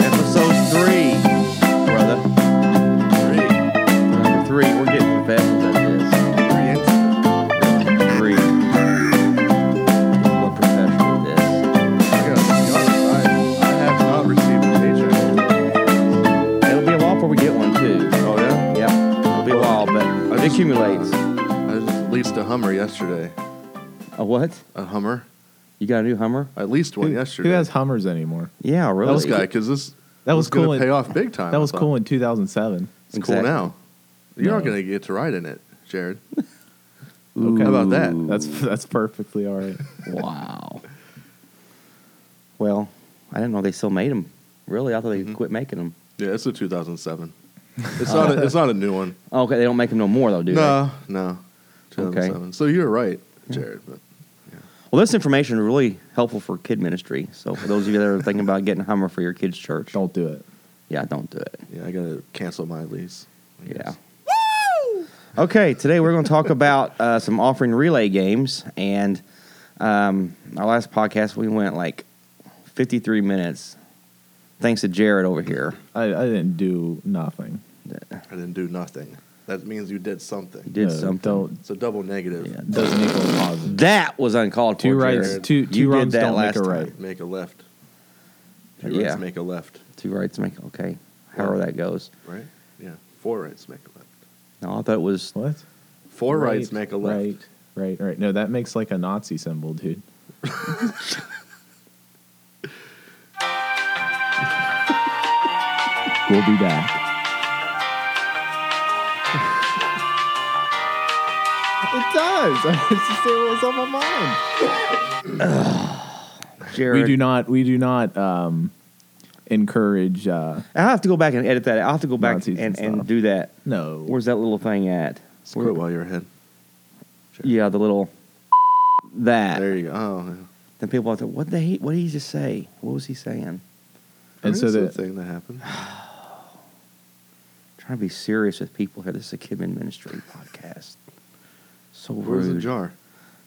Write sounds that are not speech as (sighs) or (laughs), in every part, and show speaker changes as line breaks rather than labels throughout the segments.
Episode three, brother. Three. Number three. We're getting professional at this. Three. We're professional at this. It'll be a while before we get one too. Yep. Oh, It'll be a while, but it accumulates.
I just leased a Hummer yesterday.
A what?
A Hummer?
You got a new Hummer?
I leased one
Who-
yesterday.
Who has Hummers anymore?
Yeah, really.
this guy? Because this
That was
going
cool
to
in-
pay off big time.
That
I
was
thought.
cool in 2007.
It's
Exactly.
cool now. You're not
No.
going to get to ride in it,
(laughs)
Jared.
Okay.
How about that?
That's (laughs) that's perfectly all right.
Wow. Well, I didn't know they still made them. Really, I thought
Mm-hmm.
they quit making them.
Yeah, it's a
(laughs)
2007. It's not. A, it's not a new one.
Oh, Okay, they don't make them no more though, do they?
no, no. 2007. So you're right, Jared. But
Well, this information is really helpful for kid ministry. So for those of you that are thinking about getting a Hummer for your kids' church,
Don't do it.
yeah, don't do it.
yeah, I got to cancel my lease. I
Yeah.
guess.
Okay, today we're going to talk about uh, some offering relay games, and um, our last podcast we went like fifty-three minutes, thanks to Jared over here.
I, I didn't do nothing.
I didn't do nothing. That means you did something.
Did
No,
something.
Don't,
It's a double negative.
Yeah.
doesn't equal a positive.
That was uncalled
Two
for.
rights-
Jared.
two-
You
two
did
wrongs
that
don't make
last
a
time.
right.
Make a left. Two
Yeah.
rights make a left.
Two rights make okay. However that goes.
Right? Yeah. Four rights make a left.
No, I thought it was
What?
Four
Right,
rights make a left.
Right, right, right. No, that makes like a Nazi symbol, dude. (laughs) we'll be back. It does. (laughs) It's just it was on my mind.
Jared.
We do not. We do not um, encourage. Uh,
I'll have to go back and edit that. I'll have to go back
Nazis
and,
and
and
stuff.
do that.
no.
Where's that little thing at?
Screw it while you're ahead.
Yeah, the little that.
There you go. Oh, yeah.
Then people are like, what the he? What did he just say? What was he saying?
and so
the
that
thing that
(sighs)
happened.
trying to be serious with people here. This is a Kidman Ministry podcast. So
Where's
rude.
the jar?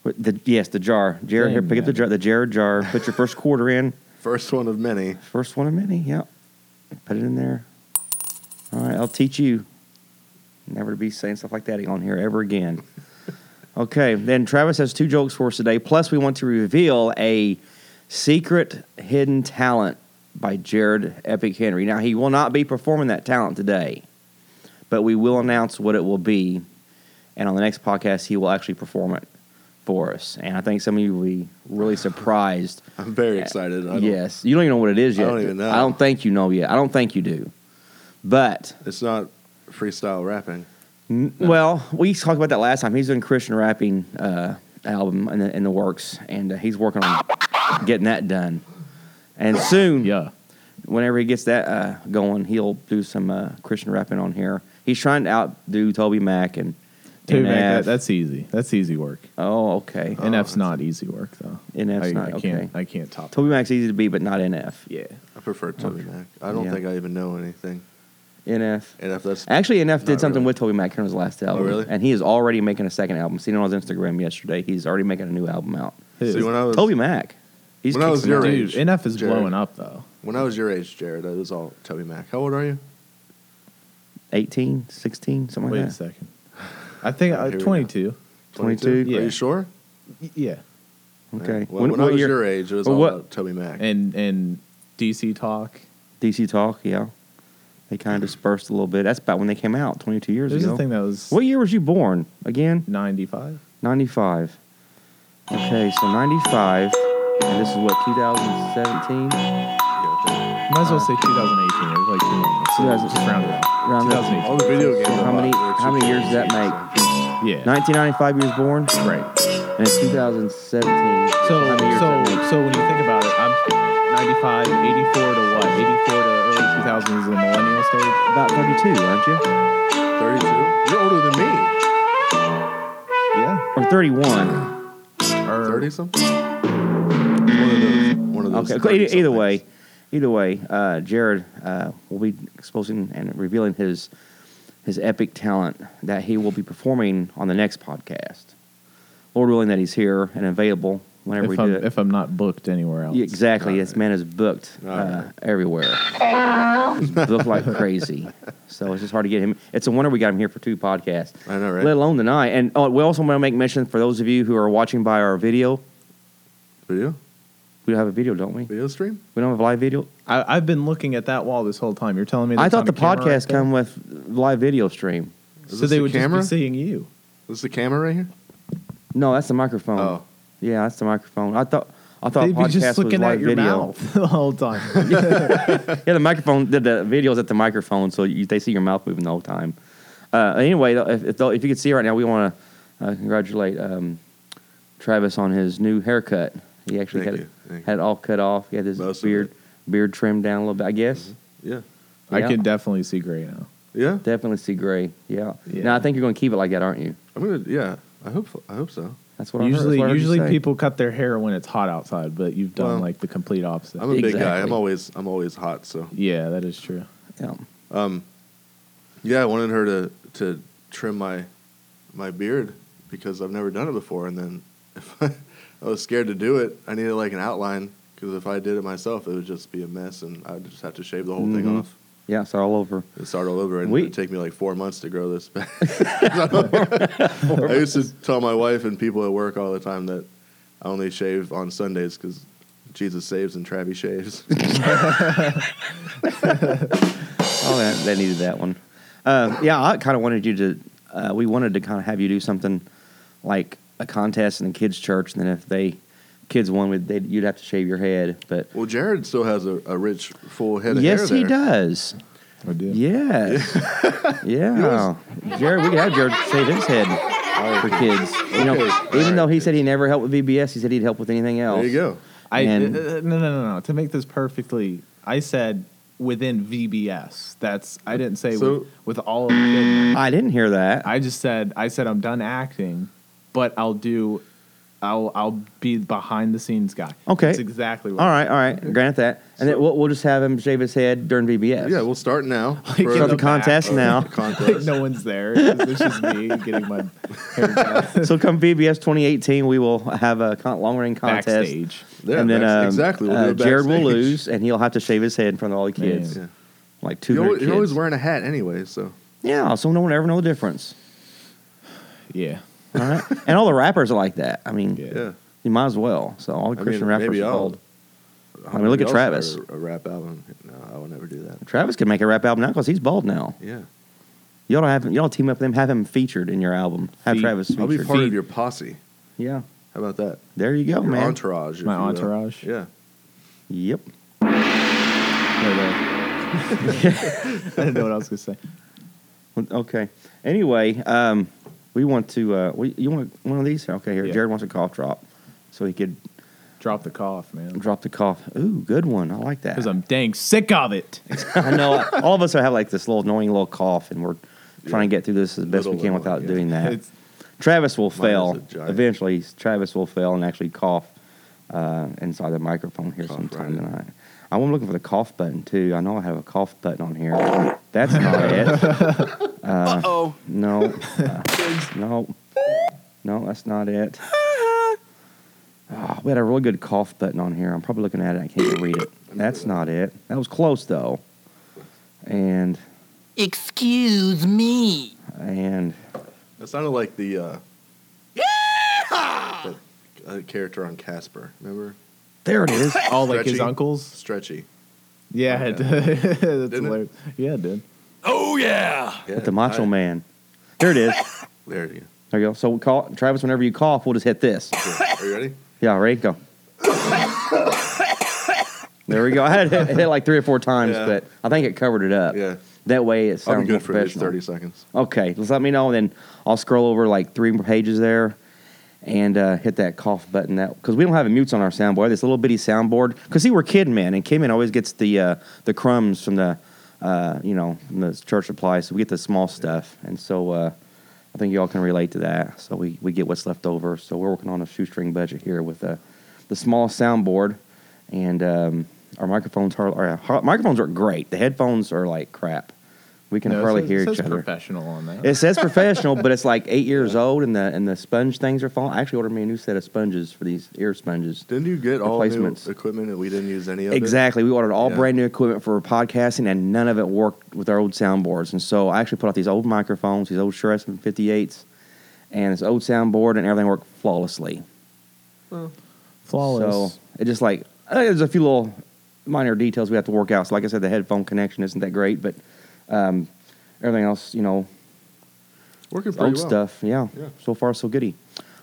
But the- yes, the jar. Jared, here,
Dang,
pick up the
man.
jar. The Jared jar. Put your first quarter in.
First one of many.
First one of many. Yep. Put it in there. All right. I'll teach you never to be saying stuff like that on here ever again. okay. Then Travis has two jokes for us today. Plus, we want to reveal a secret hidden talent by Jared Epic Henry. Now, he will not be performing that talent today, but we will announce what it will be. And on the next podcast, he will actually perform it for us. And I think some of you will be really surprised
I'm very excited. I don't-
yes, you don't even know what it is
I
yet.
don't even know.
I don't think you know yet. I don't think you do. But
It's not freestyle rapping.
n- well, we talked about that last time. He's doing Christian rapping uh, album in the, in the works, and uh, he's working on getting that done. And soon,
yeah.
whenever he gets that uh, going, he'll do some uh, Christian rapping on here. He's trying to outdo Toby Mac and.
Dude,
NF.
man, that, that's easy. That's easy work.
oh okay.
Oh,
NF's
that's-
not easy work though.
NF's
I,
not,
I can't.
okay.
I can't top.
Toby Mac's easy to beat, but not NF.
Yeah.
I prefer Toby Mac. I don't
Yeah.
think I even know anything.
NF.
And if that's
Actually, NF did
Not
something
really. Oh,
with Toby Mac on his last album.
really?
And he is already making a second album. Seen it on his Instagram yesterday. He's already making a new album out.
Who?
see when I was
Toby Mac. He's
When I
kicking
was your
ass.
age,
Dude, NF is
Jared.
blowing up though.
when I was your age, Jared, it was all Toby Mac. How old are you?
18, 16, something
Wait
like
a
that.
second. I think
Here
uh,
we go.
22.
22?
Are
Yeah.
you sure?
Y- Yeah.
Okay.
Well, when, I
what
was
year-
your age, it was
Well,
all
what-
about Toby Mac.
And and DC talk.
DC Talk, yeah. They kind
(laughs)
of dispersed a little bit. That's about when they came out, 22 years
There's
ago.
a thing that was
What year was you born? Again,
95.
95. Okay, so 95. And this is what, 2017?
Yeah,
Might as well say 2018. It was like two months. So
Guys,
just round it up.
round it up.
I think. all the video games.
How
I
many-
bought were
how many years does that
2018,
Oh.
Yeah.
1995 years born?
right.
And it's 2017.
So
How many years
so
does that make?
so when you think about it, I'm 95, 84 to what? 84 to early 2000s, the millennial stage.
about 32, aren't you?
so. Thirty-two. You're older than me.
Yeah.
Or 31.
Or,
Thirty something. One of those. One of those.
Okay. e-,
30
Either, either
somethings.
way, either way, uh, Jared uh, will be exposing and revealing his his epic talent that he will be performing on the next podcast. Lord willing, that he's here and available whenever
If
we do
I'm,
it.
if I'm not booked anywhere else.
Yeah, exactly.
All
This man is booked
All
uh,
right.
everywhere. He's booked like crazy. So it's just hard to get him. It's a wonder we got him here for two podcasts.
I know, right?
Let alone tonight. And oh, we also want to make mention for those of you who are watching by our video.
Video.
We don't have a video, don't we?
Video stream.
We don't have a live video.
I, I've been looking at that wall this whole time. You're telling me.
I
that's
thought
on
the
a camera right
podcast
there?
come with live video stream.
Is
so
this
they
the
would
camera?
just be seeing you.
This is the camera right here.
No, that's the microphone.
Oh.
Yeah, that's the microphone. I thought I thought
They'd be
podcast
just
was
looking
live
at your
video.
mouth (laughs) the whole time.
(laughs) Yeah, the microphone, the, the video's at the microphone, so you, they see your mouth moving the whole time. Uh, anyway, though, if, if, though- if you could see right now, we want to uh, congratulate um, Travis on his new haircut. He actually
Thank
had,
you. Thank you.
had it all cut off. He had his
Most of
beard beard trimmed down a little bit, I guess.
Yeah.
I
Yeah.
can definitely see gray now.
Yeah.
Definitely see gray. Yeah.
Yeah.
Now, I think you're going to keep it like that, aren't you?
I'm gonna. Yeah. I hope. I hope so.
That's what I heard- that's
usually,
what I heard. you
usually
say.
people cut their hair when it's hot outside, but you've done
Well,
like the complete opposite.
I'm a big guy. I'm
Exactly.
always. I'm always hot. So.
yeah, that is true.
Yeah.
Um, yeah, I wanted her to to trim my my beard because I've never done it before, and then (laughs) if I, I was scared to do it, I needed like an outline because if I did it myself, it would just be a mess, and I'd just have to shave the whole
Mhm.
thing off
Yeah, it's all over.
and start all over, and
We-
it would take me like four months to grow this
(laughs)
back. (laughs) I used to tell my wife and people at work all the time that I only shave on Sundays because Jesus saves and Travi
(laughs)
shaves.
Oh, that, that needed that one. Uh, yeah, I kind of wanted you to. Uh, we wanted to kind of have you do something like a contest in the kids' church, and then if they kids won, we'd- they'd, you'd have to shave your head. But
well, Jared still has a, a rich, full head of hair.
yes, he
there.
does.
I do.
Yes,
(laughs)
yeah. Jared, we could have Jared shave his head for kids. You know,
Okay.
even though
All
he
right.
said he never helped with VBS, he said he'd help with anything else.
There you go.
I
And-
uh, uh, no, no no no. To make this perfectly, I said within VBS. That's I didn't say
So-
with, with all of it.
I didn't hear that.
I just said I said I'm done acting, but I'll do. I'll I'll be behind the scenes guy.
Okay.
that's exactly what.
all
(laughs)
right, all right. Grant that, and then we'll, we'll just have him shave his head during VBS.
Yeah, we'll start
(laughs)
now.
Like in
start the
the back.
contest (laughs)
(laughs)
now.
contest.
no one's there. It's just me getting my hair done
so come VBS 2018, we will have a con- long running (laughs) contest.
backstage.
There,
and then
that's-
um,
exactly. We'll
uh,
do it
Jared will
backstage.
lose, and he'll have to shave his head in front of all the kids,
Man.
Yeah.
like two
You're,
hundred
always,
kids.
you're always wearing a hat anyway, so
yeah, so no one ever know the difference.
Yeah,
(laughs)
All right, and all the rappers are like that. I mean,
Yeah.
yeah.
you might as well. So all the
I
Christian
mean,
rappers
maybe
are
I'll-
bald. I mean, look at
I'll
Travis.
start A, a rap album. No, I will never do that.
Travis could make a rap album now because he's bald now.
Yeah,
Y'all have y'all team up with him, have him featured in your album. Have
Feet.
Travis
I'll
featured.
be part of your posse.
yeah,
How about that?
there you go,
Your
Oh, man.
entourage. if
My
you will.
entourage?
Yeah.
Yep. (laughs)
No, (laughs) no. I didn't know what I was gonna say.
Okay. Anyway, um, we want to. Uh, we, you want one of these? Okay, here.
Yeah.
Jared wants a cough drop, so he could
Drop the cough, man.
drop the cough. Ooh, good one. I like that.
Because I'm dang sick
(laughs)
of it.
I know all of us have like this little annoying little cough, and we're trying to get through this as best we
Little
can
annoying,
without
yeah.
doing that.
It's,
Travis will
Mine is
fail
a giant-
eventually. Travis will fail and actually cough uh, inside the microphone here
Cough
sometime
right in.
tonight. I'm looking for the cough button too. I know I have a cough button on here.
(laughs)
That's not it.
Uh oh. (laughs)
No, Uh, no, no, that's not it.
(laughs)
Ah, we had a really good cough button on here. I'm probably looking at it. I can't even read it. That's not it. That was close though. And
Excuse me.
and
That sounded like the uh, that, uh, character on Casper. Remember?
there
(laughs)
it is.
all like his
Stretchy.
uncles.
Stretchy.
Yeah, it (laughs) that's
it?
hilarious. Yeah, it did.
Oh, yeah.
Yeah,
with the Macho
I-
Man. There it is.
There you
There you go. So we call Travis. Whenever you cough, we'll just hit this.
go. Yeah. Are you
(laughs)
ready?
Yeah, ready? Go. there we go. I had it hit, hit like three or four times,
Yeah.
but I think it covered it up.
Yeah.
That way it
I'll
sounds
be good for these
professional.
thirty seconds.
Okay, just let me know, and then I'll scroll over like three more pages there, and uh, hit that cough button. That because we don't have mutes on our soundboard. This little bitty soundboard. Because see, we're Kid Man, and Kid Man always gets the uh, the crumbs from the uh, you know from the church supply, so we get the small stuff. And so uh, I think y'all can relate to that. So we, we get what's left over. So we're working on a shoestring budget here with uh, the small soundboard, and um, our microphones are our, our microphones are great. The headphones are like crap. We can
No, it
hardly
says-
hear
it says
each other.
Professional on that.
It says professional, but it's like eight years old, and the and the sponge things are falling. I actually ordered me a new set of sponges for these ear sponges.
Didn't you get all new
Replacements.
equipment that we didn't use any of? it?
Exactly. We ordered all
Yeah.
brand new equipment for podcasting, and none of it worked with our old soundboards. And so I actually put out these old microphones, these old Shure SM58s, and this old soundboard, and everything worked flawlessly.
Flawless.
So it just like uh, there's a few little minor details we have to work out. So like I said, the headphone connection isn't that great, but um, everything else, you know,
Working
it's
pretty
old
well.
stuff. Yeah.
Yeah.
So far, so goody.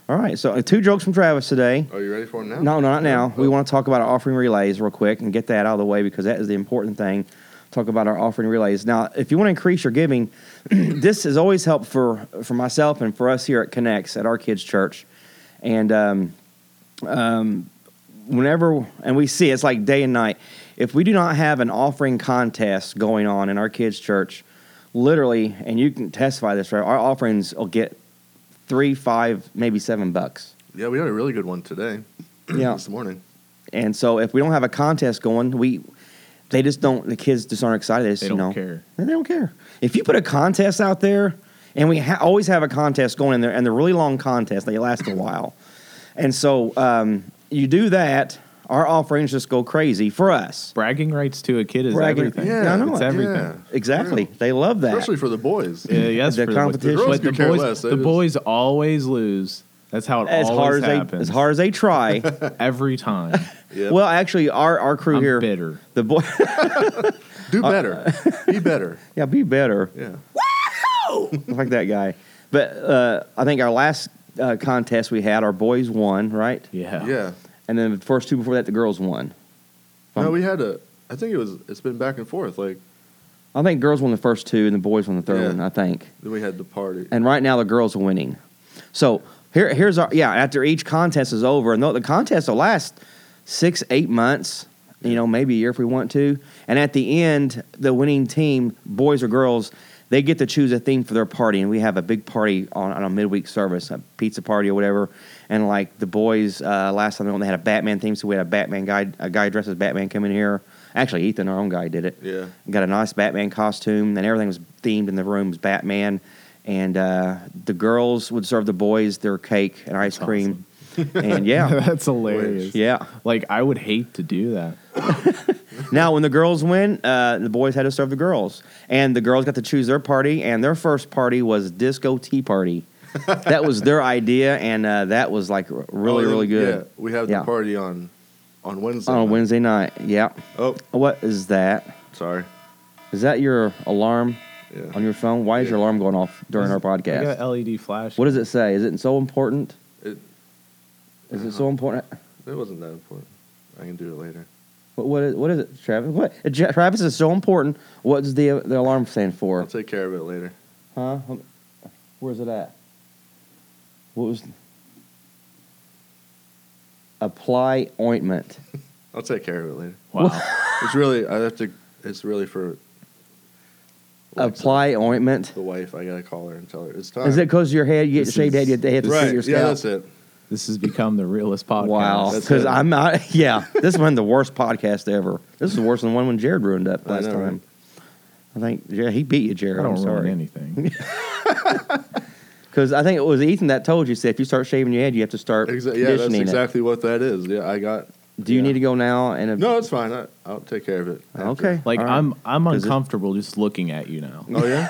All right. So uh, two jokes from Travis today.
Are you ready for him now?
No, not now. We
Oh.
want to talk about our offering relays real quick and get that out of the way because that is the important thing. Talk about our offering relays. Now, if you want to increase your giving, (clears throat) this is always help for for myself and for us here at Connects at our kids' church, and um, um, whenever and we see it's like day and night. If we do not have an offering contest going on in our kids' church, literally, and you can testify this, right? Our offerings will get three, five, maybe seven bucks.
Yeah, we had a really good one today. (clears throat)
Yeah.
this morning.
And so if we don't have a contest going, we they just don't the kids just aren't excited. They, just,
They
you
don't
know,
care.
They don't care. If you put a contest out there, and we ha- always have a contest going in there, and they're really long contests, they last a while. And so um, you do that, our offerings just go crazy for us.
Bragging rights to a kid is
Bragging-
everything.
Yeah, I know
it's
it.
everything.
Yeah.
Exactly.
True.
They love that.
Especially for the boys.
(clears throat)
Yeah, yes,
The
for
competition.
The,
Girls
but the
could care
boys,
less. They
the
just-
boys always lose. That's how it
as
always
hard as they
happens.
as hard as they
(laughs)
try. (laughs)
every time.
Yep.
Well, actually, our our crew
I'm
here,
bitter.
the boy, (laughs)
do
uh,
better. Be better.
yeah, be better.
Yeah.
like that guy. But uh, I think our last uh, contest we had, our boys won, right?
Yeah.
Yeah.
And then the first two before that, the girls won.
No,
Um,
we had a. I think it was. It's been back and forth. Like
I think girls won the first two, and the boys won the third
Yeah.
one. I think.
then we had the party.
And right now, the girls are winning. So here, here's our yeah. After each contest is over, and the, the contest will last six, eight months. You know, maybe a year if we want to. And at the end, the winning team, boys or girls, they get to choose a theme for their party. And we have a big party on, on a midweek service, a pizza party or whatever. And like the boys, uh, last time they went, they had a Batman theme, so we had a Batman guy, a guy dressed as Batman come in here. Actually, Ethan, our own guy, did it
yeah.
got a nice Batman costume, and everything was themed in the room was Batman. And uh, the girls would serve the boys their cake and ice cream,
(laughs)
and yeah,
(laughs) That's hilarious.
yeah.
Like I would hate to do that.
Now, when the girls win, uh, the boys had to serve the girls, and the girls got to choose their party. And their first party was disco
(laughs)
tea party. that was their idea, and uh, that was like r- really,
Oh, then-
really good
Yeah, we have the
Yeah.
party on on Wednesday.
on a
night.
Wednesday night. Yeah.
Oh,
What is that?
sorry.
Is that your alarm
Yeah.
on your phone? Why is your
Yeah.
alarm going off during our
I
podcast?
got LED flash.
What does it say? Is it so important? Is
It- Uh-huh.
it so important?
It wasn't that important. I can do it later.
What, what, is, what is it, Travis? What uh, Ja- Travis is so important. What does the the alarm stand
I'll
for?
take care of it later.
Huh? Hold- Where's it at? What was? Apply ointment.
I'll take care of it later.
Wow.
It's really. I have to. It's really for (laughs) Alexa.
Apply ointment.
the wife. I gotta call her and tell her it's time.
Is it because your head? You get
This
shaved head.
is-
You have to hit
right?
your
yeah,
scalp.
that's it.
(laughs) this has become the realest podcast.
Wow,
That's
because
it.
I'm not. (laughs) Yeah, this has been the worst podcast ever. This is worse than the one when Jared ruined up
I
last
know,
time.
right?
I think yeah, he beat you,
I
Jared.
don't
I'm
ruin
sorry. (laughs)
anything.
Because I think it was Ethan that told you, said if you start shaving your head, you have to start
Exa- yeah, that's
conditioning it.
exactly what that is. Yeah, I got.
Do you
yeah.
need to go now? And if-
No, it's fine. I, I'll take care of it. after.
Okay.
Like
All right.
I'm I'm
Does it-
uncomfortable just looking at you now.
Oh
(laughs)
yeah.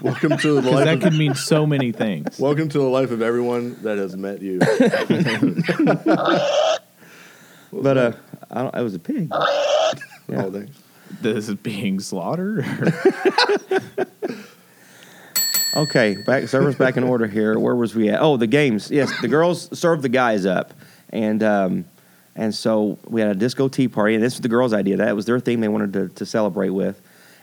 welcome to the
Because that
life. Of,
could mean so many
(laughs)
things.
welcome to the life of everyone that has met
(laughs)
you.
but uh, I don't, it was a pig. Yeah.
Oh, thanks.
this is being (laughs) slaughtered.
Okay, back service back in order here. Where was we at? Oh, the games. Yes, the girls served the guys up, and um, and so we had a disco tea party, and this was the girls' idea. That was their theme they wanted to, to celebrate with,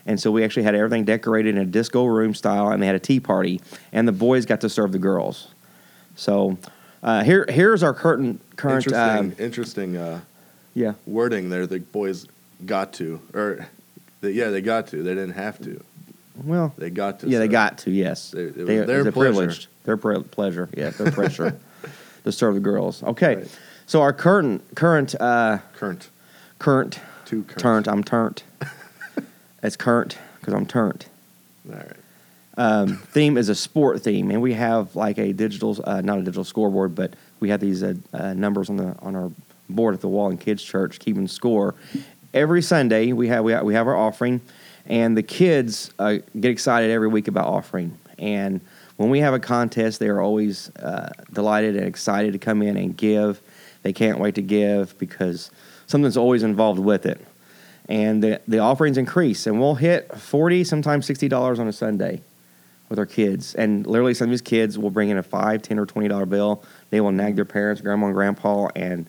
and so we actually had everything decorated in a disco room style, and they had a tea party, and the boys got to serve the girls. So uh, here here's our current current
Interesting.
um,
interesting. Uh,
yeah
wording there the boys got to or they, yeah they got to they didn't have to
Well,
They got to.
yeah, they
serve.
got to. Yes,
They- it was
They-
their
it's a
pleasure.
privilege. Their pri- pleasure. Yeah,
(laughs)
their pressure to serve the girls. Okay,
Right.
so our current current uh,
current.
current
Two current.
turnt. I'm turnt. it's current because I'm turnt.
All right.
um, theme is a sport theme, and we have like a digital, uh, not a digital scoreboard, but we have these uh, uh, numbers on the on our board at the wall in kids' church, keeping score. Every Sunday we have we have, we have our offering, and the kids uh, get excited every week about offering. And when we have a contest, they are always uh, delighted and excited to come in and give. They can't wait to give because something's always involved with it. And the, the offerings increase, and we'll hit forty, sometimes sixty dollars on a Sunday with our kids. And literally, some of these kids will bring in a five, ten, or twenty dollar bill. They will nag their parents, grandma and grandpa, and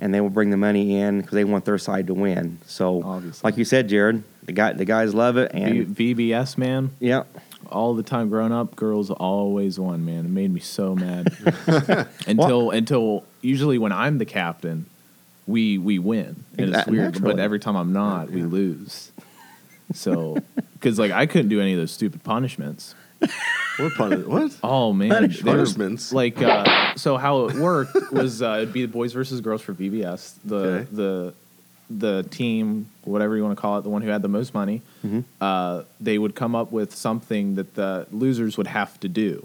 and they will bring the money in because they want their side to win. So,
Obviously.
like you said, Jared, the guy, the guys love it, and
V- VBS, man.
yeah,
all the time growing up, girls always won, man. It made me so mad. until until usually when I'm the captain, we we win. And it's
Exact-
weird, but
naturally.
every time I'm not, we lose. So cuz like I couldn't do any of those stupid punishments.
What pun? what?
Oh man, they were-
Punishments?
Like uh, so, how it worked (laughs) was uh, it'd be the boys versus girls for VBS. The
Okay.
the the team, whatever you want to call it, the one who had the most money, uh, they would come up with something that the losers would have to do.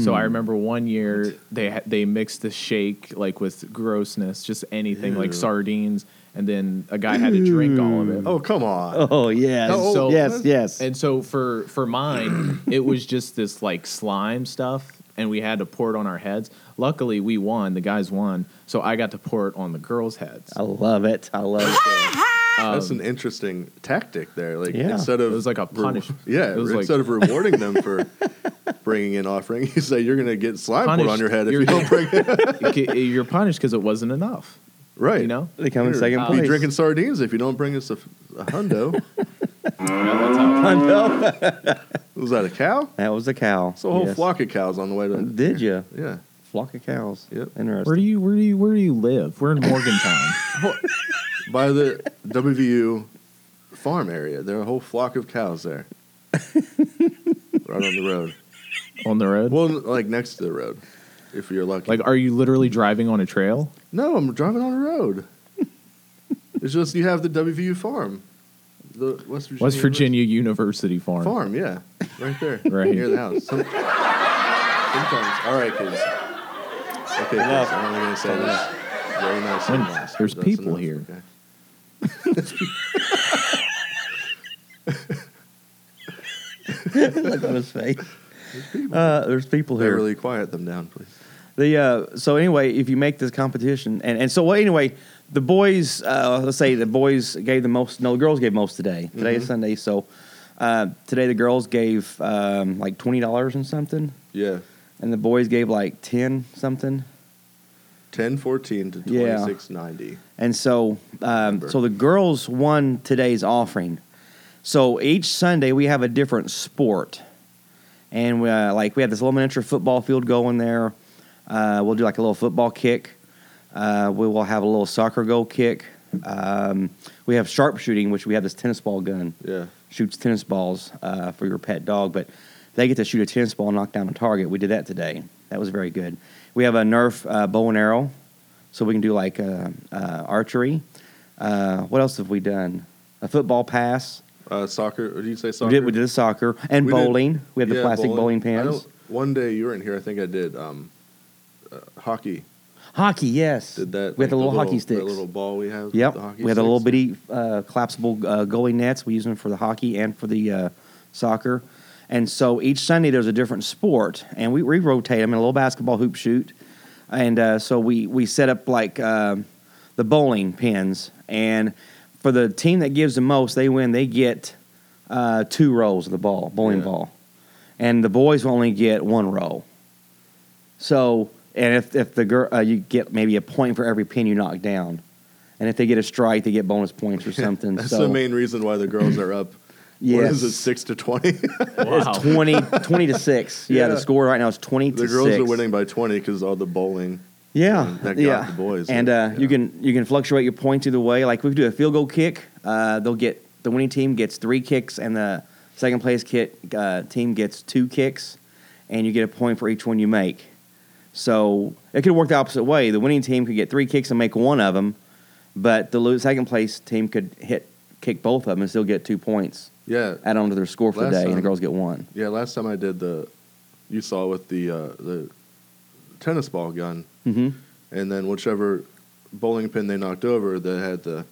So I remember one year they ha- they mixed the shake like with grossness, just anything like
Ew.
sardines, and then a guy had to drink all of it.
Oh come on.
oh yes,
Oh, so-
yes, yes.
And so for for mine, it was just this like slime stuff, and we had to pour it on our heads. Luckily, we won. The guys won, so I got to pour it on the girls' heads.
I love it. I love
(laughs)
it.
That's an interesting tactic there. Like
Yeah.
instead
um, It
of
was like a
re-
punishment.
(laughs) yeah,
it was
instead of rewarding them for (laughs) bringing in offering, (laughs) you say you're going to get slime put on
Punished.
your head if
You're
you don't
(laughs)
bring (laughs) it.
like you're punished because it wasn't enough.
right.
You know,
They come in
You're-
second
be
place.
drinking sardines if you don't bring us a, a
(laughs)
hundo.
I know.
Was that a cow?
That was a cow.
It's a whole
Yes.
flock of cows on the way to.
Did you
Yeah.
flock of cows?
Yep.
Interesting.
where do you where do you where do you live? We're in Morgantown.
By the WVU farm area. There are a whole flock of cows
(laughs)
there. right on the road.
on the road.
Well, like next to the road, if you're lucky.
like, are you literally driving on a trail?
No, I'm driving on a road. it's just you have the WVU farm, the West Virginia,
West Virginia University Farm.
farm. Yeah, right there,
(laughs) Right.
near the house. Some- sometimes, all right, kids. Okay, kids, I'm only gonna say that. Very nice.
When-
advice, but
there's
that's
people
enough,
here.
okay.
(laughs) Look on his face. Uh, there's people here.
Beverly, quiet them down, please.
The uh, so anyway, if you make this competition, and, and so well, anyway, the boys, uh, let's say the boys gave the most. No, the girls gave most today. Today is Sunday, so uh, today the girls gave um, like twenty dollars and something,
Yeah,
and the boys gave like ten something.
1014 to
Yeah.
2690.
And so, um,
Remember.
so the girls won today's offering. So each Sunday we have a different sport, and we, uh, like we have this little miniature football field going there. Uh, we'll do like a little football kick. Uh, we will have a little soccer goal kick. Um, we have sharpshooting, which we have this tennis ball gun
Yeah,
shoots tennis balls uh, for your pet dog, but they get to shoot a tennis ball and knock down a target. We did that today. That was very good. We have a Nerf uh, bow and arrow, so we can do like uh, uh, archery. Uh, what else have we done? A football pass.
uh, soccer. Did you say
We
soccer?
did, we did a soccer and
We did-
bowling. we had the
Yeah,
plastic bowling,
I
pins.
don't- One day you were in here. I think I did um, uh, hockey.
Hockey, yes.
Did that?
we had the
like,
little, hockey
the
sticks.
little ball we have.
Yep.
the hockey
We had the little
sticks.
bitty uh, collapsible uh, goalie nets. We use them for the hockey and for the uh, soccer. And so each Sunday there's a different sport, and we, we rotate them in a little basketball hoop shoot. And uh, so we, we set up like um the bowling pins. And for the team that gives the most, they win, they get uh, two rolls of the ball, bowling
Yeah.
ball. And the boys will only get one roll. So, and if, if the girl, uh, you get maybe a point for every pin you knock down. And if they get a strike, they get bonus
(laughs)
points or something.
That's
so,
the main reason why the girls are
(laughs)
up. What
Yes.
is it, six to twenty? (laughs) the
Wow.
20, 20
(laughs)
to 6. Yeah, the
Yeah.
score right now is 20 to 6.
girls are winning by twenty because all the bowling.
Yeah,
that got
yeah.
the boys.
And uh,
Yeah.
you can you can fluctuate your points either way. Like we do a field goal kick, uh, they'll get the winning team gets three kicks, and the Second place kit, uh, team gets two kicks, and you get a point for each one you make. So it could work the opposite way. The winning team could get three kicks and make one of them, but the lo- second place team could hit kick both of them and still get two points.
Yeah,
Add on to their score for the
Last
day, and the
time-
girls get one.
yeah. Last time I did the, you saw with the uh, the tennis ball gun,
hmm
and then whichever bowling pin they knocked over that had the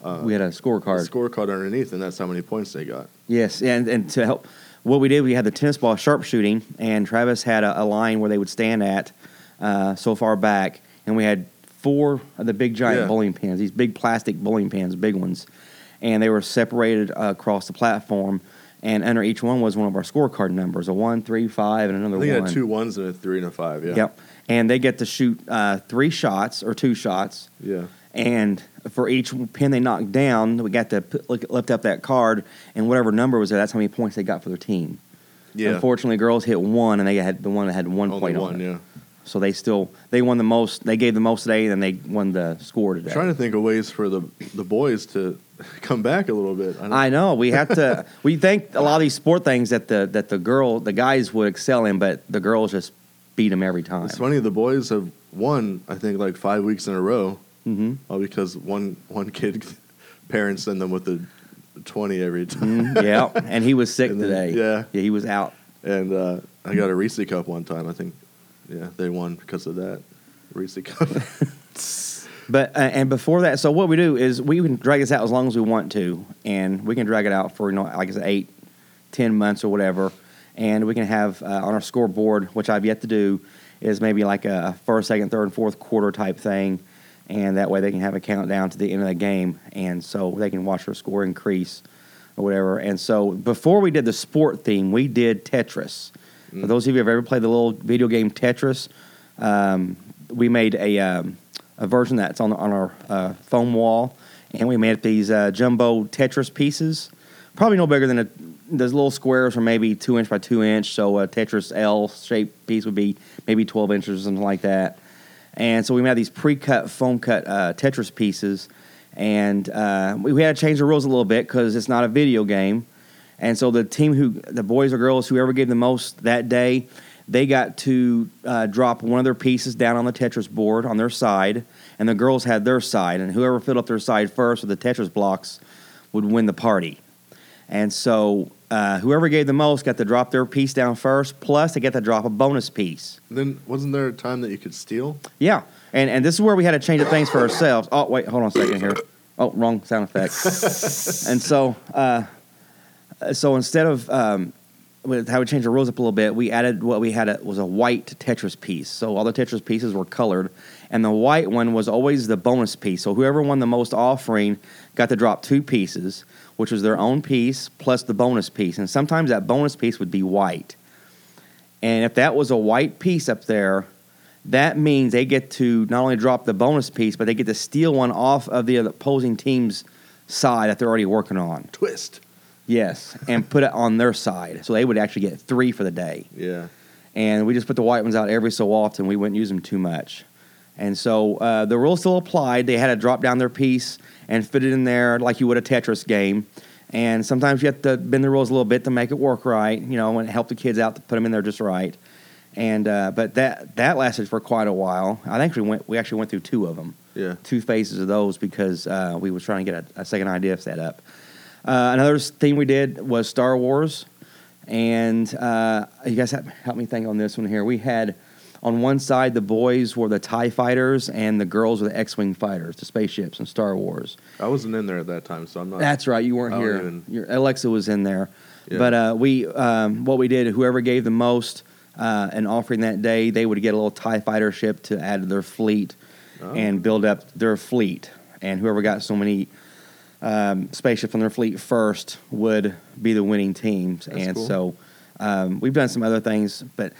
uh,
we had
the
a scorecard.
scorecard underneath, and that's how many points they got.
Yes, and, and to help, what we did, we had the tennis ball sharpshooting, and Travis had a, a line where they would stand at uh, so far back, and we had four of the big giant
Yeah.
bowling pins, these big plastic bowling pins, big ones, and they were separated uh, across the platform, and under each one was one of our scorecard numbers, a one, three, five, and another
I think
one.
I had two ones and a three and a five. Yeah.
Yep, and they get to shoot uh, three shots or two shots,
Yeah.
and for each pin they knocked down, we got to put, look, lift up that card, and whatever number was there, that's how many points they got for their team.
Yeah.
Unfortunately, girls hit one, and they had the one that had one
Only
point
one.
on it.
yeah.
So they still they won the most. They gave the most today, and they won the score today.
Trying to think of ways for the the boys to (laughs) come back a little bit. I, don't-
I know we have to. we think a lot of these sport things that the that the girl the guys would excel in, but the girls just beat them every time.
It's funny the boys have won. I think like five weeks in a row,
hmm
all because one one kid (laughs) parents send them with a twenty every time.
mm yeah, and he was
(laughs)
sick
And then-
today.
yeah.
yeah, he was out.
And uh, I got a Reese cup one time. I think, yeah, they won because of that Reese
(laughs)
cup.
But uh, and before that, so what we do is we can drag this out as long as we want to, and we can drag it out for you know like I said, eight, ten months or whatever, and we can have uh, on our scoreboard, which I've yet to do, is maybe like a first, second, third, and fourth quarter type thing, and that way they can have a countdown to the end of the game, and so they can watch their score increase or whatever. And so before we did the sport theme, we did Tetris. For those of you who have ever played the little video game Tetris, um, we made a um, a version that's on on our uh, foam wall, and we made up these uh, jumbo Tetris pieces, probably no bigger than a those little squares are maybe two inch by two inch. So a Tetris L shaped piece would be maybe twelve inches or something like that. And so we made these pre cut foam cut uh, Tetris pieces, and uh, we, we had to change the rules a little bit because it's not a video game. And so the team who the boys or girls whoever gave the most that day, they got to uh, drop one of their pieces down on the Tetris board on their side, and the girls had their side, and whoever filled up their side first with the Tetris blocks would win the party. And so uh, whoever gave the most got to drop their piece down first, plus they got to drop a bonus piece.
then wasn't there a time that you could steal?
Yeah, and and this is where we had to change the things for ourselves. Oh wait, hold on a second here. Oh, wrong sound effect. and so, uh, so instead of um, with how we changed the rules up a little bit, we added what we had uh was a white Tetris piece. So all the Tetris pieces were colored, and the white one was always the bonus piece. So whoever won the most offering got to drop two pieces, which was their own piece plus the bonus piece. And sometimes that bonus piece would be white. And if that was a white piece up there, that means they get to not only drop the bonus piece, but they get to steal one off of the opposing team's side that they're already working on.
Twist.
Yes, and put it on their side. So they would actually get three for the day.
Yeah.
And we just put the white ones out every so often. We wouldn't use them too much. And so uh, the rules still applied. They had to drop down their piece and fit it in there like you would a Tetris game. And sometimes you have to bend the rules a little bit to make it work right, you know, and help the kids out to put them in there just right. And uh, but that that lasted for quite a while. I think we went we actually went through two of them
Yeah.
two phases of those because uh, we were trying to get a, a second idea set up. Uh, another s- thing we did was Star Wars, and uh, you guys help, help me think on this one here. We had on one side the boys were the Tie fighters, and the girls were the X-wing fighters, the spaceships in Star Wars.
I wasn't in there at that time, so I'm not.
That's right. You weren't
I don't
here.
even-
Your Alexa was in there.
Yeah.
But uh, we, um, what we did, whoever gave the most uh, an offering that day, they would get a little Tie fighter ship to add to their fleet
Oh.
and build up their fleet. And whoever got so many um, spaceships on their fleet first would be the winning teams.
That's
and
cool.
so um, we've done some other things, but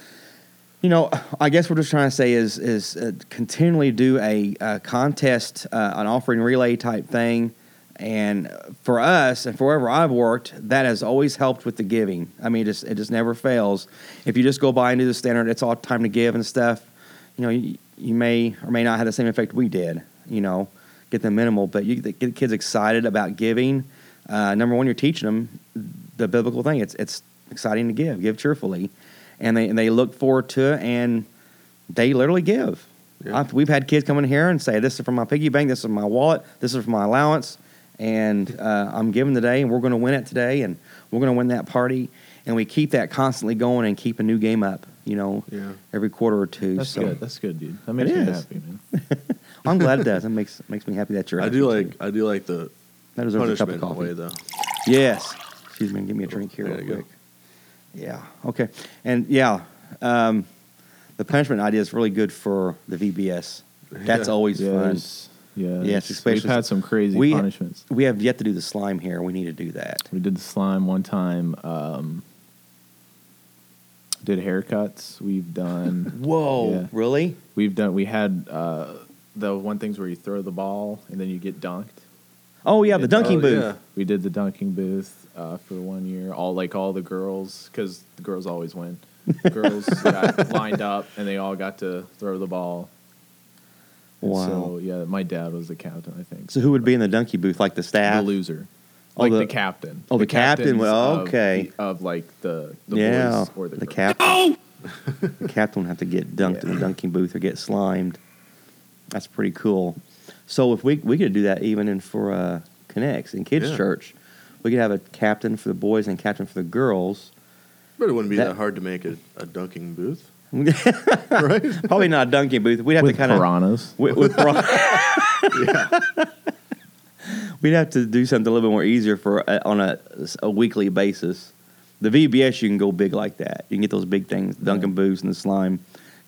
you know, I guess what we're just trying to say is is uh, continually do a, uh contest, uh, an offering relay type thing, and for us and for wherever I've worked, that has always helped with the giving. I mean, it just it just never fails. If you just go by and do the standard, it's all time to give and stuff. You know, you, you may or may not have the same effect we did. You know, get them minimal, but you get the kids excited about giving. Uh, number one, you're teaching them the biblical thing. It's it's exciting to give, give cheerfully, and they and they look forward to it, and they literally give.
Yeah.
I, we've had kids come in here and say, "This is from my piggy bank. This is my wallet. This is from my allowance, and uh, I'm giving today, and we're going to win it today, and we're going to win that party." And we keep that constantly going and keep a new game up, you know,
Yeah.
every quarter or two.
That's
so
good. (laughs) That's good, dude. That makes me
is.
happy, man.
I'm glad it does. It makes makes me happy that you're.
I
happy,
do
too.
like I do like the
That deserves a cup of
punishment
coffee.
way though.
Yes. Excuse me. Give me a drink here,
There
real
you go.
quick. Yeah. Okay. And yeah, um, the punishment idea is really good for the VBS. That's
Yeah.
always fun.
Yes. Yes.
Yes,
uh, We've
especially-
had some crazy
we-
punishments.
We have yet to do the slime here. We need to do that.
We did the slime one time. Um, did haircuts. We've
(laughs)
done.
Whoa!
Yeah.
Really?
We've done. We had uh, the one things where you throw the ball and then you get dunked.
Oh yeah, the
It's-
dunking
oh,
booth.
yeah.
We did the dunking booth uh, for one year. All like all the girls, because the girls
(laughs)
always win. girls got lined up and they all got to throw the ball. And
Wow.
So
So,
yeah, my dad was the captain, I think.
who would be in the dunking booth? Like the
the
staff?
loser?
Oh,
Like
the-
the, captain.
oh, the captain.
captains
Well,
of
okay.
the- Of, like the, the
yeah.
boys or the, girls.
captain. (laughs) the captain would have to get dunked in the dunking booth or get slimed. That's pretty cool. So if we we could do that even in for uh, connects in kids
Yeah.
church, we could have a captain for the boys and captain for the girls.
But it wouldn't be
That-
that, hard to make a, a dunking
(laughs)
booth.
Probably not a dunking booth. We'd have
with
to kind of
piranhas.
with, with (laughs) piran-
yeah.
we'd have to do something a little bit more easier for uh, on a, a weekly basis. The VBS you can go big like that. You can get those big things, dunking booths and the slime.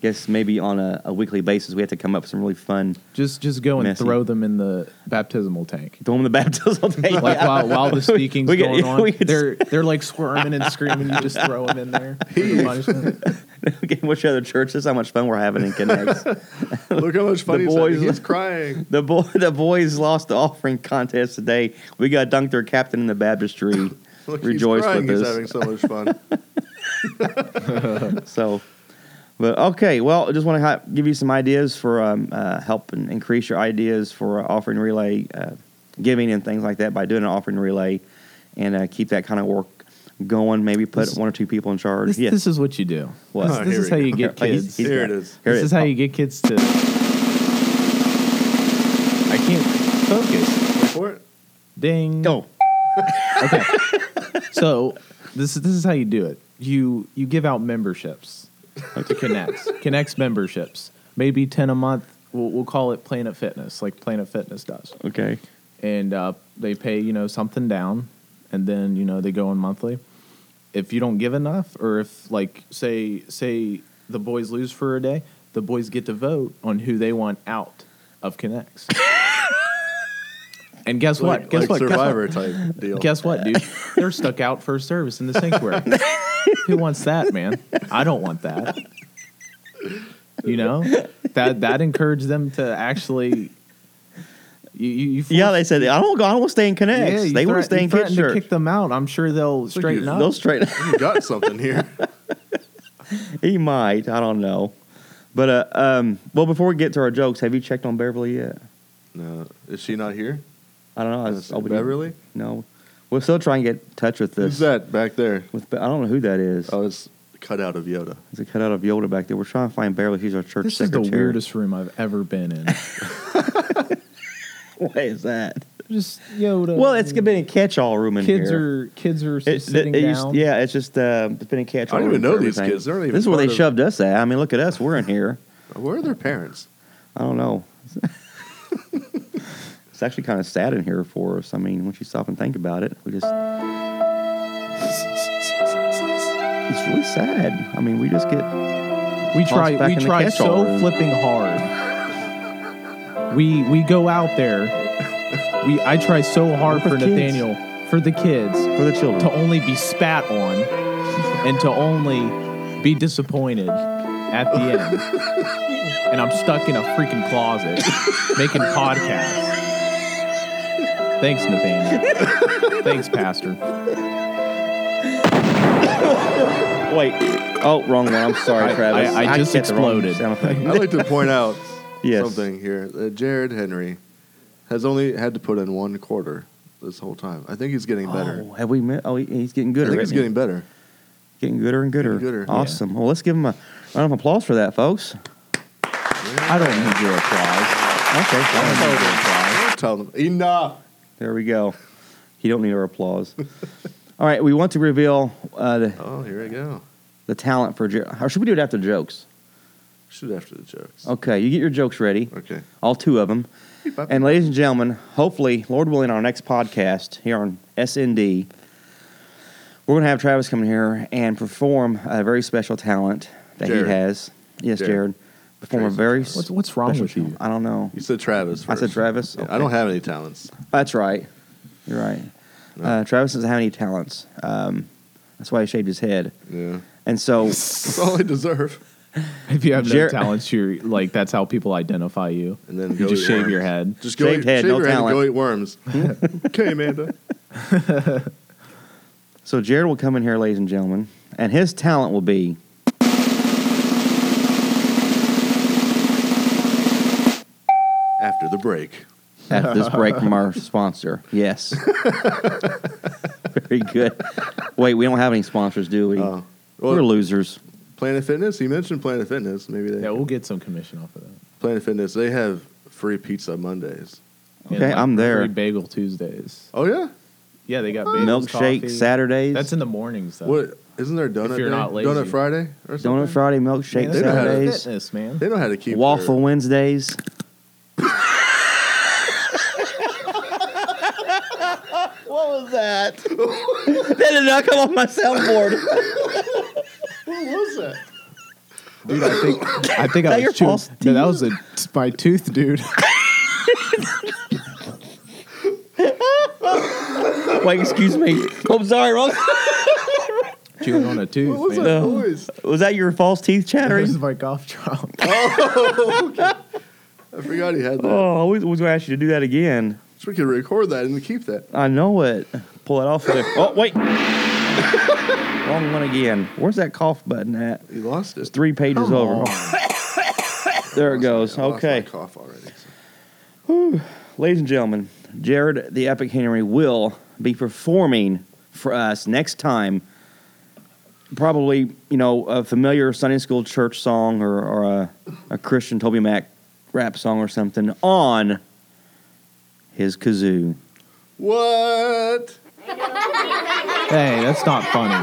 Guess maybe on a, a weekly basis we have to come up with some really fun.
Just just go and
Messy.
throw them in the baptismal tank.
Throw them in the (laughs)
(laughs)
baptismal tank.
Like
(laughs)
while, while the speaking's
we could-
going
yeah,
on,
we could-
they're they're like squirming and screaming. You just throw them in there. for the punishment.
Again, which other church? That's how much fun we're having in
(laughs)
Connects.
Look how much fun he's
boys-
having. He's crying.
the boy, the boys lost the offering contest today. We got dunked their captain in the baptistry.
(laughs) Look,
Rejoice
he's crying.
with
he's
us.
having so much fun.
(laughs) so, but okay. Well, I just want to ha- give you some ideas for um, uh, help and increase your ideas for uh, offering relay uh, giving and things like that by doing an offering relay and uh, keep that kind of work going. Maybe put
This-
one or two people in charge.
This,
yes.
this is what you do.
What?
This,
Oh,
this
here
is
we
how
go.
you get
Like, he's-
kids.
he's
Here
got
it is.
Here it
this is how
Oh,
you get kids to. I can't focus.
Wait for it.
Ding.
go.
Okay. so this is this is how you do it. You you give out memberships to
(laughs)
Connects. Connects memberships. Maybe ten a month. We'll, we'll call it Planet Fitness, like Planet Fitness does.
Okay.
And uh, they pay you know something down, and then you know they go on monthly. If you don't give enough, or if like say say the boys lose for a day, the boys get to vote on who they want out
(laughs)
of Connects. and guess what?
Like,
guess
like
what? Guess what?
Survivor type deal.
Guess what,
(laughs)
dude? They're stuck out for service in the sanctuary. Who wants that, man? I don't want that. You know, that that encouraged them to actually. You, you, you
Yeah, they said I don't go. I don't want to stay in Connects.
you
they want to stay
threat- you
in kids'
threatened to
church.
kick them out. I'm sure they'll straighten
you-
up.
They'll straighten.
(laughs) You got something
(laughs)
here.
(laughs) he might. I don't know. But uh, um, well, before we get to our jokes, have you checked on Beverly yet?
No, is she not here?
I don't know. I
Is
was
it
hoping-
Beverly?
No, we're still trying to get in touch with this.
Who's that back there?
With Be- I don't know who that is.
Oh, it's cut out of Yoda.
It's a cutout of Yoda back there. We're trying to find Beverly. She's our church
this
secretary.
is the weirdest room I've ever been in.
(laughs) What is that?
Just Yoda.
Well, it's been a catch-all room in
kids
here.
are kids are
It-
sitting
it used-
down.
yeah, it's just uh, it's been a catch-all.
I don't even
room for
know these
everything.
kids. They're not even
This is where they
part of-
shoved us at. I mean, look at us. We're in here.
Where are their parents?
I don't know. (laughs) it's actually kind of sad in here for us. I mean, once you stop and think about it,
(laughs)
we just. It's really sad. I mean, we just get.
We
tossed
try
back
we
in the
try
catch-all
so
room.
flipping hard. We we go out there. We I try so hard
For
for,
the kids.
Nathaniel for the kids
For the children.
to only be spat on and to only be disappointed at the end. and I'm stuck in a freaking closet making podcasts. Thanks, Nathaniel. Thanks, Pastor.
Wait. Oh, wrong one. I'm sorry,
I-
Travis.
I- I just
hit the wrong
exploded.
sound
(laughs)
effect.
I'd like to point out
(laughs) Yes.
something here. Uh, Jared Henry has only had to put in one quarter this whole time. I think he's getting better.
Oh, have we met? Oh, he- he's getting
I
gooder.
think he's
isn't he?
getting better.
getting gooder and gooder.
Getting gooder.
Awesome. Well, let's give him a round of applause for that, folks.
I don't need your applause.
Okay.
I don't need your applause.
Tell them enough.
There we go. You don't need our applause. (laughs) All right, we want to reveal uh, the,
Oh, here we go.
the talent for jo- or should we do it after jokes?
Shoot after the jokes.
Okay, you get your jokes ready,
Okay.
all two of them. And ladies and gentlemen, hopefully, Lord willing, our next podcast here on SND, we're going to have Travis come in here and perform a very special talent that
Jared.
he has. Yes,
Jared.
Jared. Perform
Travis
a very
Travis.
s-
What's what's wrong
special
with you?
talent. I don't know.
You said Travis.
I
First.
said Travis?
Yeah, I
Okay.
don't have any talents.
That's right. You're right. Uh, Travis doesn't have any talents. Um, that's why he shaved his head.
Yeah,
And so,
that's all I deserve.
If you have no
Jer-
talents, you're like that's how people identify you.
And then
you
go
just
eat
shave
worms.
your head.
Just go
Shaved
eat,
head,
shave
no
your head and go
talent.
eat worms. okay, Amanda.
so Jared will come in here, ladies and gentlemen, and his talent will be
After the break.
at this break from our sponsor. Yes. (laughs) Very good. Wait, we don't have any sponsors, do we?
Oh.
We're
Well,
losers.
Planet Fitness. He mentioned Planet Fitness. Maybe they
Yeah, we'll get some commission off of that.
Planet Fitness. They have free pizza Mondays.
And,
Okay, I'm there. Uh-huh.
free Bagel Tuesdays.
Oh yeah.
Yeah, they got bagels,
Milkshake
coffee.
Saturdays.
That's in the mornings though.
What isn't there donut?
you're
day?
not lazy.
Donut Friday or something.
Donut Friday, milkshake
Man, that's
they don't have-
Planet
Saturdays,
fitness, man.
They know how to keep
waffle
Their,
Wednesdays. what was (laughs) that? that did not come off my soundboard.
what was that?
Dude,
(laughs)
I think I think I
That
was
your
chewing-
false
No, that was a, my tooth, dude. (laughs)
Wait, excuse me. Oh, I'm sorry, wrong.
chewing on a tooth.
What was
man.
that
No.
noise? (laughs)
Was that your false teeth
That was
chattering?
my golf drop.
Oh, I forgot he had that.
Oh, I was, was going to ask you to do that again.
So we could record that and keep that.
I know it. Pull it off there. Oh, wait. (laughs) Wrong one again. Where's that cough button at?
He lost it.
It's three pages
Come
over.
on.
(laughs) There it
I
goes.
lost my
Okay.
cough already. so.
Ladies and gentlemen, Jared the Epic Henry will be performing for us next time. Probably, you know, a familiar Sunday school church song or, or a, a Christian Toby Mac rap song or something on his kazoo.
What?
Hey, that's not funny.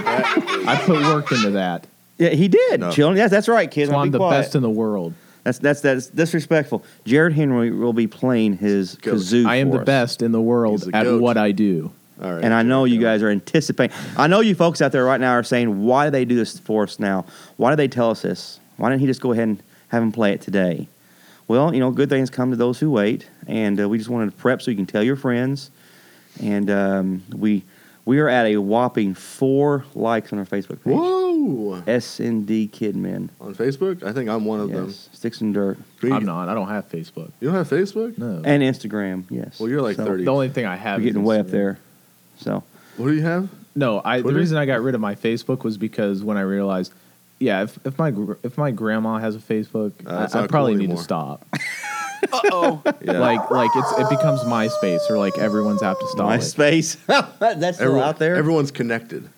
I put work into that.
Yeah, he did.
No.
Children, yes, that's right, kids.
That's why
Now
I'm
be
the
quiet.
best in the world.
That's that's that's disrespectful. Jared Henry will be playing his
Goat.
kazoo.
I am
for
the
us.
best in the world
He's the
at
goat.
what I do.
All right.
And I know you guys are anticipating. I know you folks out there right now are saying, why do they do this for us now? Why do they tell us this? Why didn't he just go ahead and have him play it today? Well, you know, good things come to those who wait. And uh, we just wanted to prep so you can tell your friends. And um, we we are at a whopping four likes on our Facebook page.
Whoa.
SND Kidmen.
On Facebook? I think I'm one of them.
Yes. Sticks and Dirt.
Greg,
I'm not. I don't have Facebook.
You don't have Facebook?
No.
And Instagram. Yes.
Well, you're like
So,
30.
the only thing I
We're
have
getting
is
way up
Instagram.
there. So.
What do you have?
No, I the
Twitter?
reason I got rid of my Facebook was because when I realized, yeah, if, if my gr- if my grandma has a Facebook,
Uh, it's
I, I
not
probably
cool
need
anymore.
to stop.
Uh-oh.
Yeah.
Like like it's it becomes MySpace or like everyone's app to stop it.
MySpace. (laughs) That's still
Everyone-
out there.
Everyone's connected.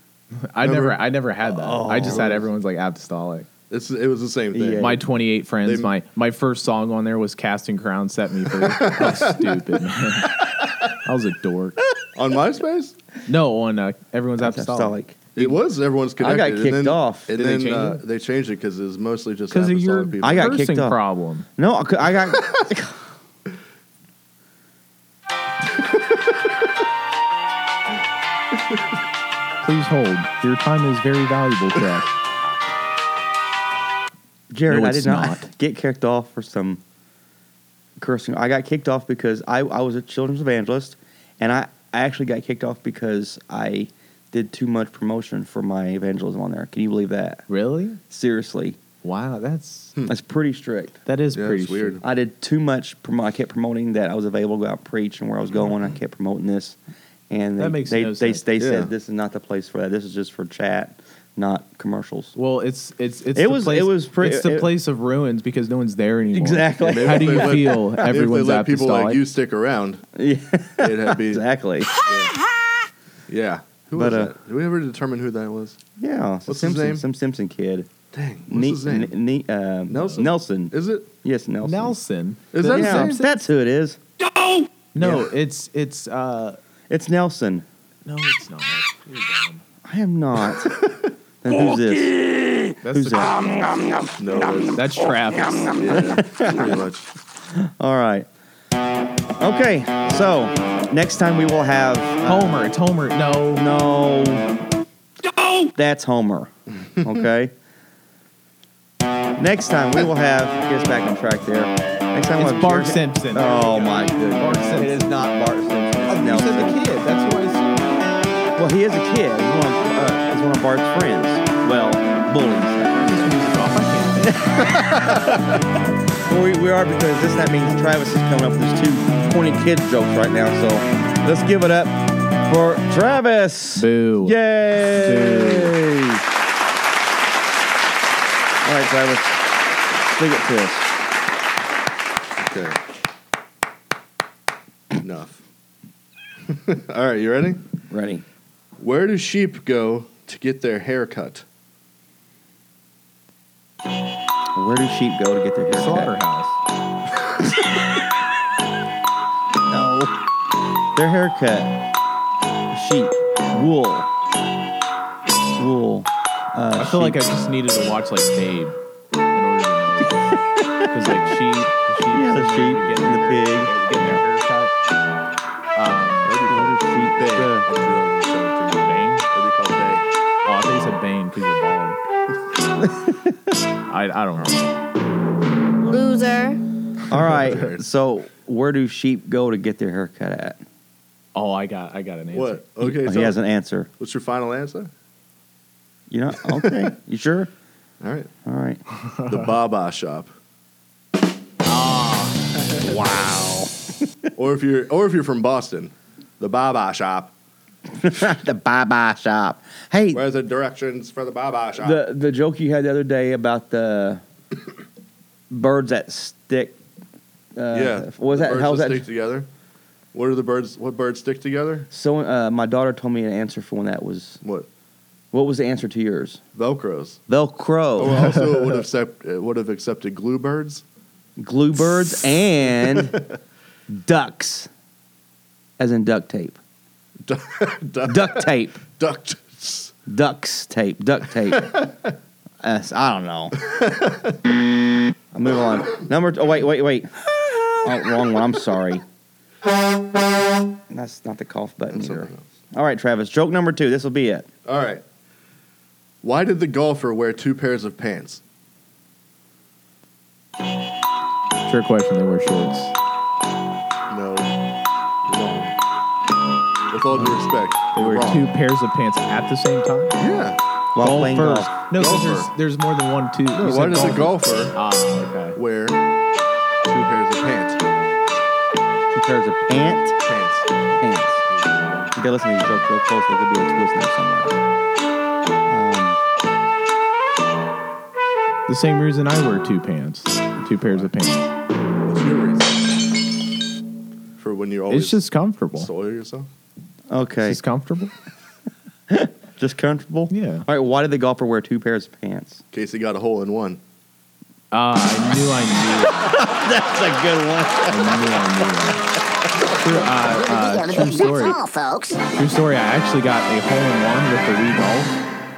I
Remember-
never I never had that. I just had everyone's like app to stall it.
It's, it was the same thing.
Yeah.
My 28 friends.
They-
my my first song on there was "Casting Crown." Set me free. How stupid. Man. I was a dork.
On MySpace?
No, on uh, everyone's app to stall it.
Apostolic.
It was everyone's
I got
connected. and
kicked
then-
off.
And
Did they
then
change
uh,
it?
they changed it because it was mostly just
Because of your
apostolic people.
I got
cursing
kicked off.
problem.
No, I cou- I got. (laughs)
Please hold. Your time is very
(laughs)
valuable, Jack.
Jared,
No,
I did
it's
not,
not.
get kicked off for some cursing. I got kicked off because I, I was a children's evangelist, and I, I actually got kicked off because I did too much promotion for my evangelism on there. Can you believe that?
really?
Seriously,
Wow, that's
that's pretty strict.
that is
Yeah,
pretty
it's weird.
I did too much. Promo- I kept promoting that I was available to go out and preach and where I was going. I kept promoting this, and they,
Mm-hmm. That makes
they,
no
they,
sense.
they
Yeah.
said this is not the place for that. This is just for chat. not
(laughs)
commercials.
Well, it's it's it's
It
the
was-
place,
it was pretty-
it's the
it-
place of ruins because no one's there anymore.
Exactly.
How do you
Maybe if (laughs) they let-
feel?
if
Everyone's
they let people
apostolic.
like you stick around,
Yeah,
it'd be
(laughs) exactly.
yeah. Who
But,
was
uh,
that? Did we ever determine who that was?
Yeah,
What's
it's a
his
Simpson,
name?
some Simpson kid.
Dang, what's
Ne-
his name?
ne- ne- uh,
Nelson?
Nelson.
Is it?
yes, Nelson.
Nelson.
Is that
The-
his
Yeah,
name?
that's who it is.
No,
Yeah.
it's it's uh
It's Nelson.
no, it's not. You're dumb.
I am
(laughs)
not. then who's this?
That's
Who's
the-
that?
No, it was-
That's Travis.
yeah, pretty much.
All right. Okay, so next time we will have uh,
Homer. It's Homer. No.
no. That's Homer. Okay. Next time we will have gets back on track there. Next time we'll
It's
have
Bart
Jerry-
Simpson. There we
Oh
go.
my goodness.
Bart Simpson.
It is not Bart Simpson. Oh, It's
You said
Nelson.
the kid. That's who I said.
Well, he is a kid. He's one, of, uh, he's one of Bart's friends. Well, bullies. Well, we, we are because this that means Travis is coming up with his two corny kid jokes right now. So let's give it up for Travis.
Boo.
Yay! All right, Travis, sing it to us.
Okay. Enough. (laughs) All right, you ready?
Ready?
Where do sheep go to get their hair cut?
Where do sheep go to get their hair cut?
Slaughterhouse.
(laughs) No. Their haircut. Sheep. Wool. Wool. Uh,
I feel like I
sheep.
just needed to watch like Babe in order to know. Because like sheep, the sheep,
Yeah, the sheep,
getting
the
their-
pig.
they're getting their haircut. Um,
Where do sheep
They.
go?
uh, Bane.
What do you call they?
Oh, I thought you said Bane because you're bald. (laughs) I, I don't know.
Loser.
All right. So where do sheep go to get their hair cut at?
Oh, I got I got an answer.
What? Okay,
Oh,
so
he has an answer.
what's your final answer?
You know? Okay. you sure?
All right.
All right.
(laughs) The Baba Shop. Ah. (laughs) wow. or if you're or if you're from Boston, the Baba Shop.
(laughs) the bye bye shop. Hey,
Where's the directions for the Baba Shop?
the the joke you had the other day about the birds that stick. Uh,
yeah.
what Was
the
that
birds
how was
stick
that?
together? What are the birds? What birds stick together?
So uh, my daughter told me an answer for one that was.
What?
What was the answer to yours?
Velcros.
Velcro,
Oh, also it would have accept, it would have accepted glue birds. (laughs)
glue birds, and ducks, as in duct tape.
Duck,
Duct tape.
ducts.
Ducks tape, duct (laughs) tape. Uh, I don't know. (laughs) I'll move on. Number. T- oh wait, wait, wait. Oh, wrong one. I'm sorry. That's not the cough button
And
either.
something else.
All right, Travis. Joke number two. This will be it.
All right. Why did the golfer wear two pairs of pants?
Trick question. They wear shorts.
No. Wrong. With all due respect,
They wear
wrong.
two pairs of pants at the same time.
Yeah.
While playing
Golfers.
golf.
No, 'cause
Golfer.
there's there's more than one two.
No,
You
why
said
does a golfer
Ah, okay.
wear two pairs of pants?
Two pairs of pant
Pants.
pants. You gotta listen to these jokes real close. There could be a twist there somewhere. Um,
The same reason I wear two pants, two pairs of pants.
What's your reason? For when you always
It's just comfortable.
soil yourself?
okay.
It's just comfortable.
Just comfortable.
Yeah.
All right. Why did the golfer wear two pairs of pants?
Casey got a hole in one.
Ah, I knew I knew. it.
(laughs) That's a good one.
I knew I knew. it. True, uh, uh, true story.
folks.
True story. I actually got a hole in one with the Wii Golf.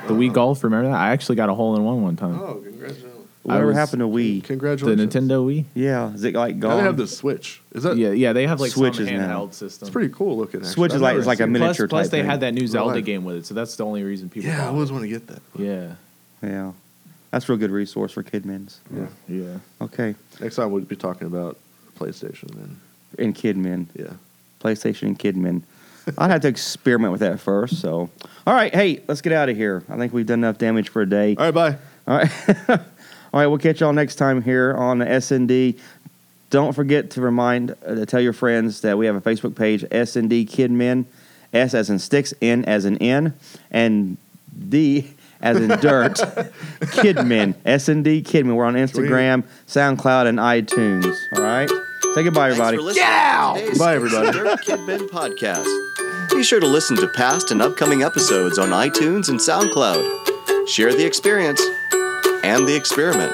The Wii Golf. Remember that? I actually got a hole in one one time.
Oh, congratulations.
Whatever
was-
happened to we?
The
Congratulations.
Nintendo Wii.
Yeah. Is it like
Now
golf?
they have the Switch. Is that
Yeah, yeah. They have like
Switches
some handheld
now.
system.
It's pretty cool looking. Actually.
Switch is
I've
like-
never
it's like a
seen it.
miniature
Plus, plus
type
they
thing.
had that new Zelda
life.
game with it, so that's the only reason people.
Yeah, I
bought
always want to get that.
it. Yeah.
Yeah. That's a real good resource for Kidmen's.
Yeah.
Yeah.
Okay.
Next time we'll be talking about PlayStation then.
And Kidmen.
Yeah.
PlayStation and Kidmen. I'd have to experiment with that first. So, all right. Hey, let's get out of here. I think we've done enough damage for a day.
All right, bye.
All right. All right. We'll catch y'all next time here on the SND. Don't forget to remind, uh, to tell your friends that we have a Facebook page, SND Kid Men, S as in sticks, N as in N, and D as in dirt. Kidman, S and D Kidman. We're on Instagram, SoundCloud, and iTunes. All right. Say goodbye, everybody.
Thanks for listening to today's
Bye, everybody.
Dirt Kidman podcast. Be sure to listen to past and upcoming episodes on iTunes and SoundCloud. Share the experience and the experiment.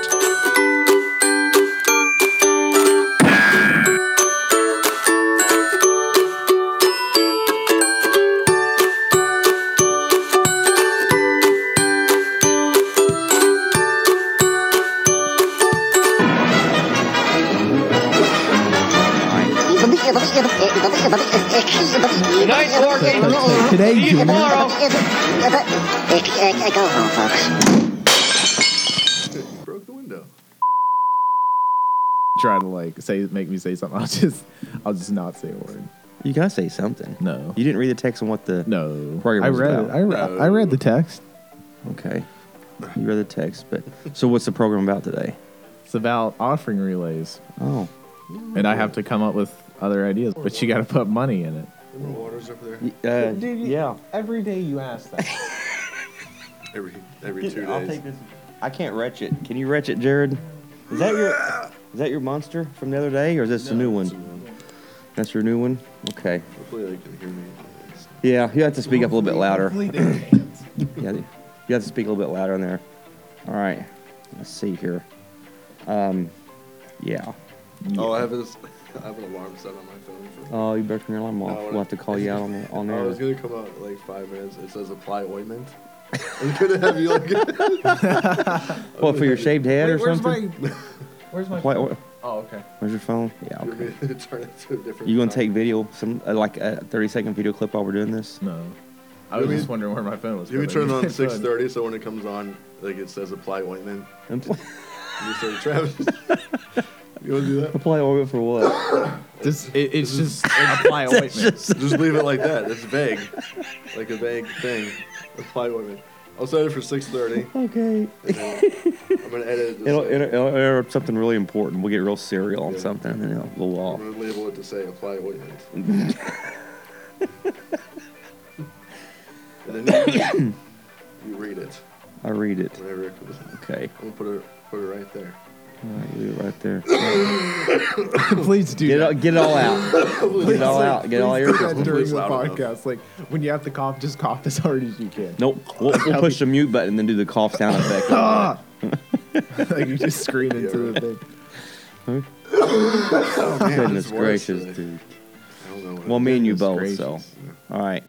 Nice working.
Today,
See you
Junior.
tomorrow.
Go home, folks.
Broke the window.
Try to like say make me say something. (laughs) I'll just I'll just not say a word.
You gotta say something.
No.
You didn't read the text on what the
No.
Program
I
was
read
about.
it. I, re-
No.
I read the text.
Okay. You read the text, but so what's the program about today?
It's about offering relays,
Oh,
and I have to come up with other ideas. But you got to put money in it.
More waters over there.
uh, yeah.
Every day you ask that.
Every every two
I'll
days.
take this. I can't retch it. Can you retch it, Jared? Is that your is that your monster from the other day, or is this a new one? That's your new one. Okay.
Hopefully they can hear me.
Yeah, you have to speak up a little bit louder. Yeah, you have to speak a little bit louder in there. All right. Let's see here. Um, yeah.
Oh, I have this. (laughs) I have an alarm set on my phone. For,
Oh, you better turn your alarm off.
No,
We'll have to call you out on the, on
I
there.
was gonna come out in like five minutes. It says apply ointment. (laughs) I'm gonna have you like. (laughs)
What for your shaved head or
where's
something?
my? Where's my?
Why- why-
Oh, okay.
Where's your phone? Yeah.
You're
Okay.
gonna turn it to a different.
You gonna
time.
take video some uh, like a thirty second video clip while we're doing this?
No. I
You
was
mean-
just wondering where my phone was.
You can
but I
turn it
(laughs) knew
on
it
six
was.
thirty, so when it comes on, like it says apply ointment.
And pl-
You say Travis. (laughs) you wanna do
(laughs)
that?
Apply oil for what?
This, it, it's just apply ointment.
Just leave it like that. It's vague, like a vague thing. Apply ointment. I'll set it for six thirty.
okay.
I'm gonna edit. It to
It'll,
say-
it'll, it'll, it'll- something really important. We'll get real serial on something and it'll go
I'm
off.
gonna label it to say apply ointment. and then you, you read it (coughs)
I read it.
whenever it comes. I'm
Okay.
gonna put it put it right there.
All right, leave it right there. (laughs)
Please do
Get it,
that.
all- get it all out. Get it all out. Get all your.
that during
Please
the
loud enough.
podcast. Like when you have to cough, just cough as hard as you can.
Nope. We'll, we'll push the mute button and then do the cough sound effect.
Ah! like you just scream into the thing.
Oh man,
Goodness
it's worse
gracious,
today.
dude.
I don't know what
Well, me and you
Goodness
both.
gracious.
So, all right.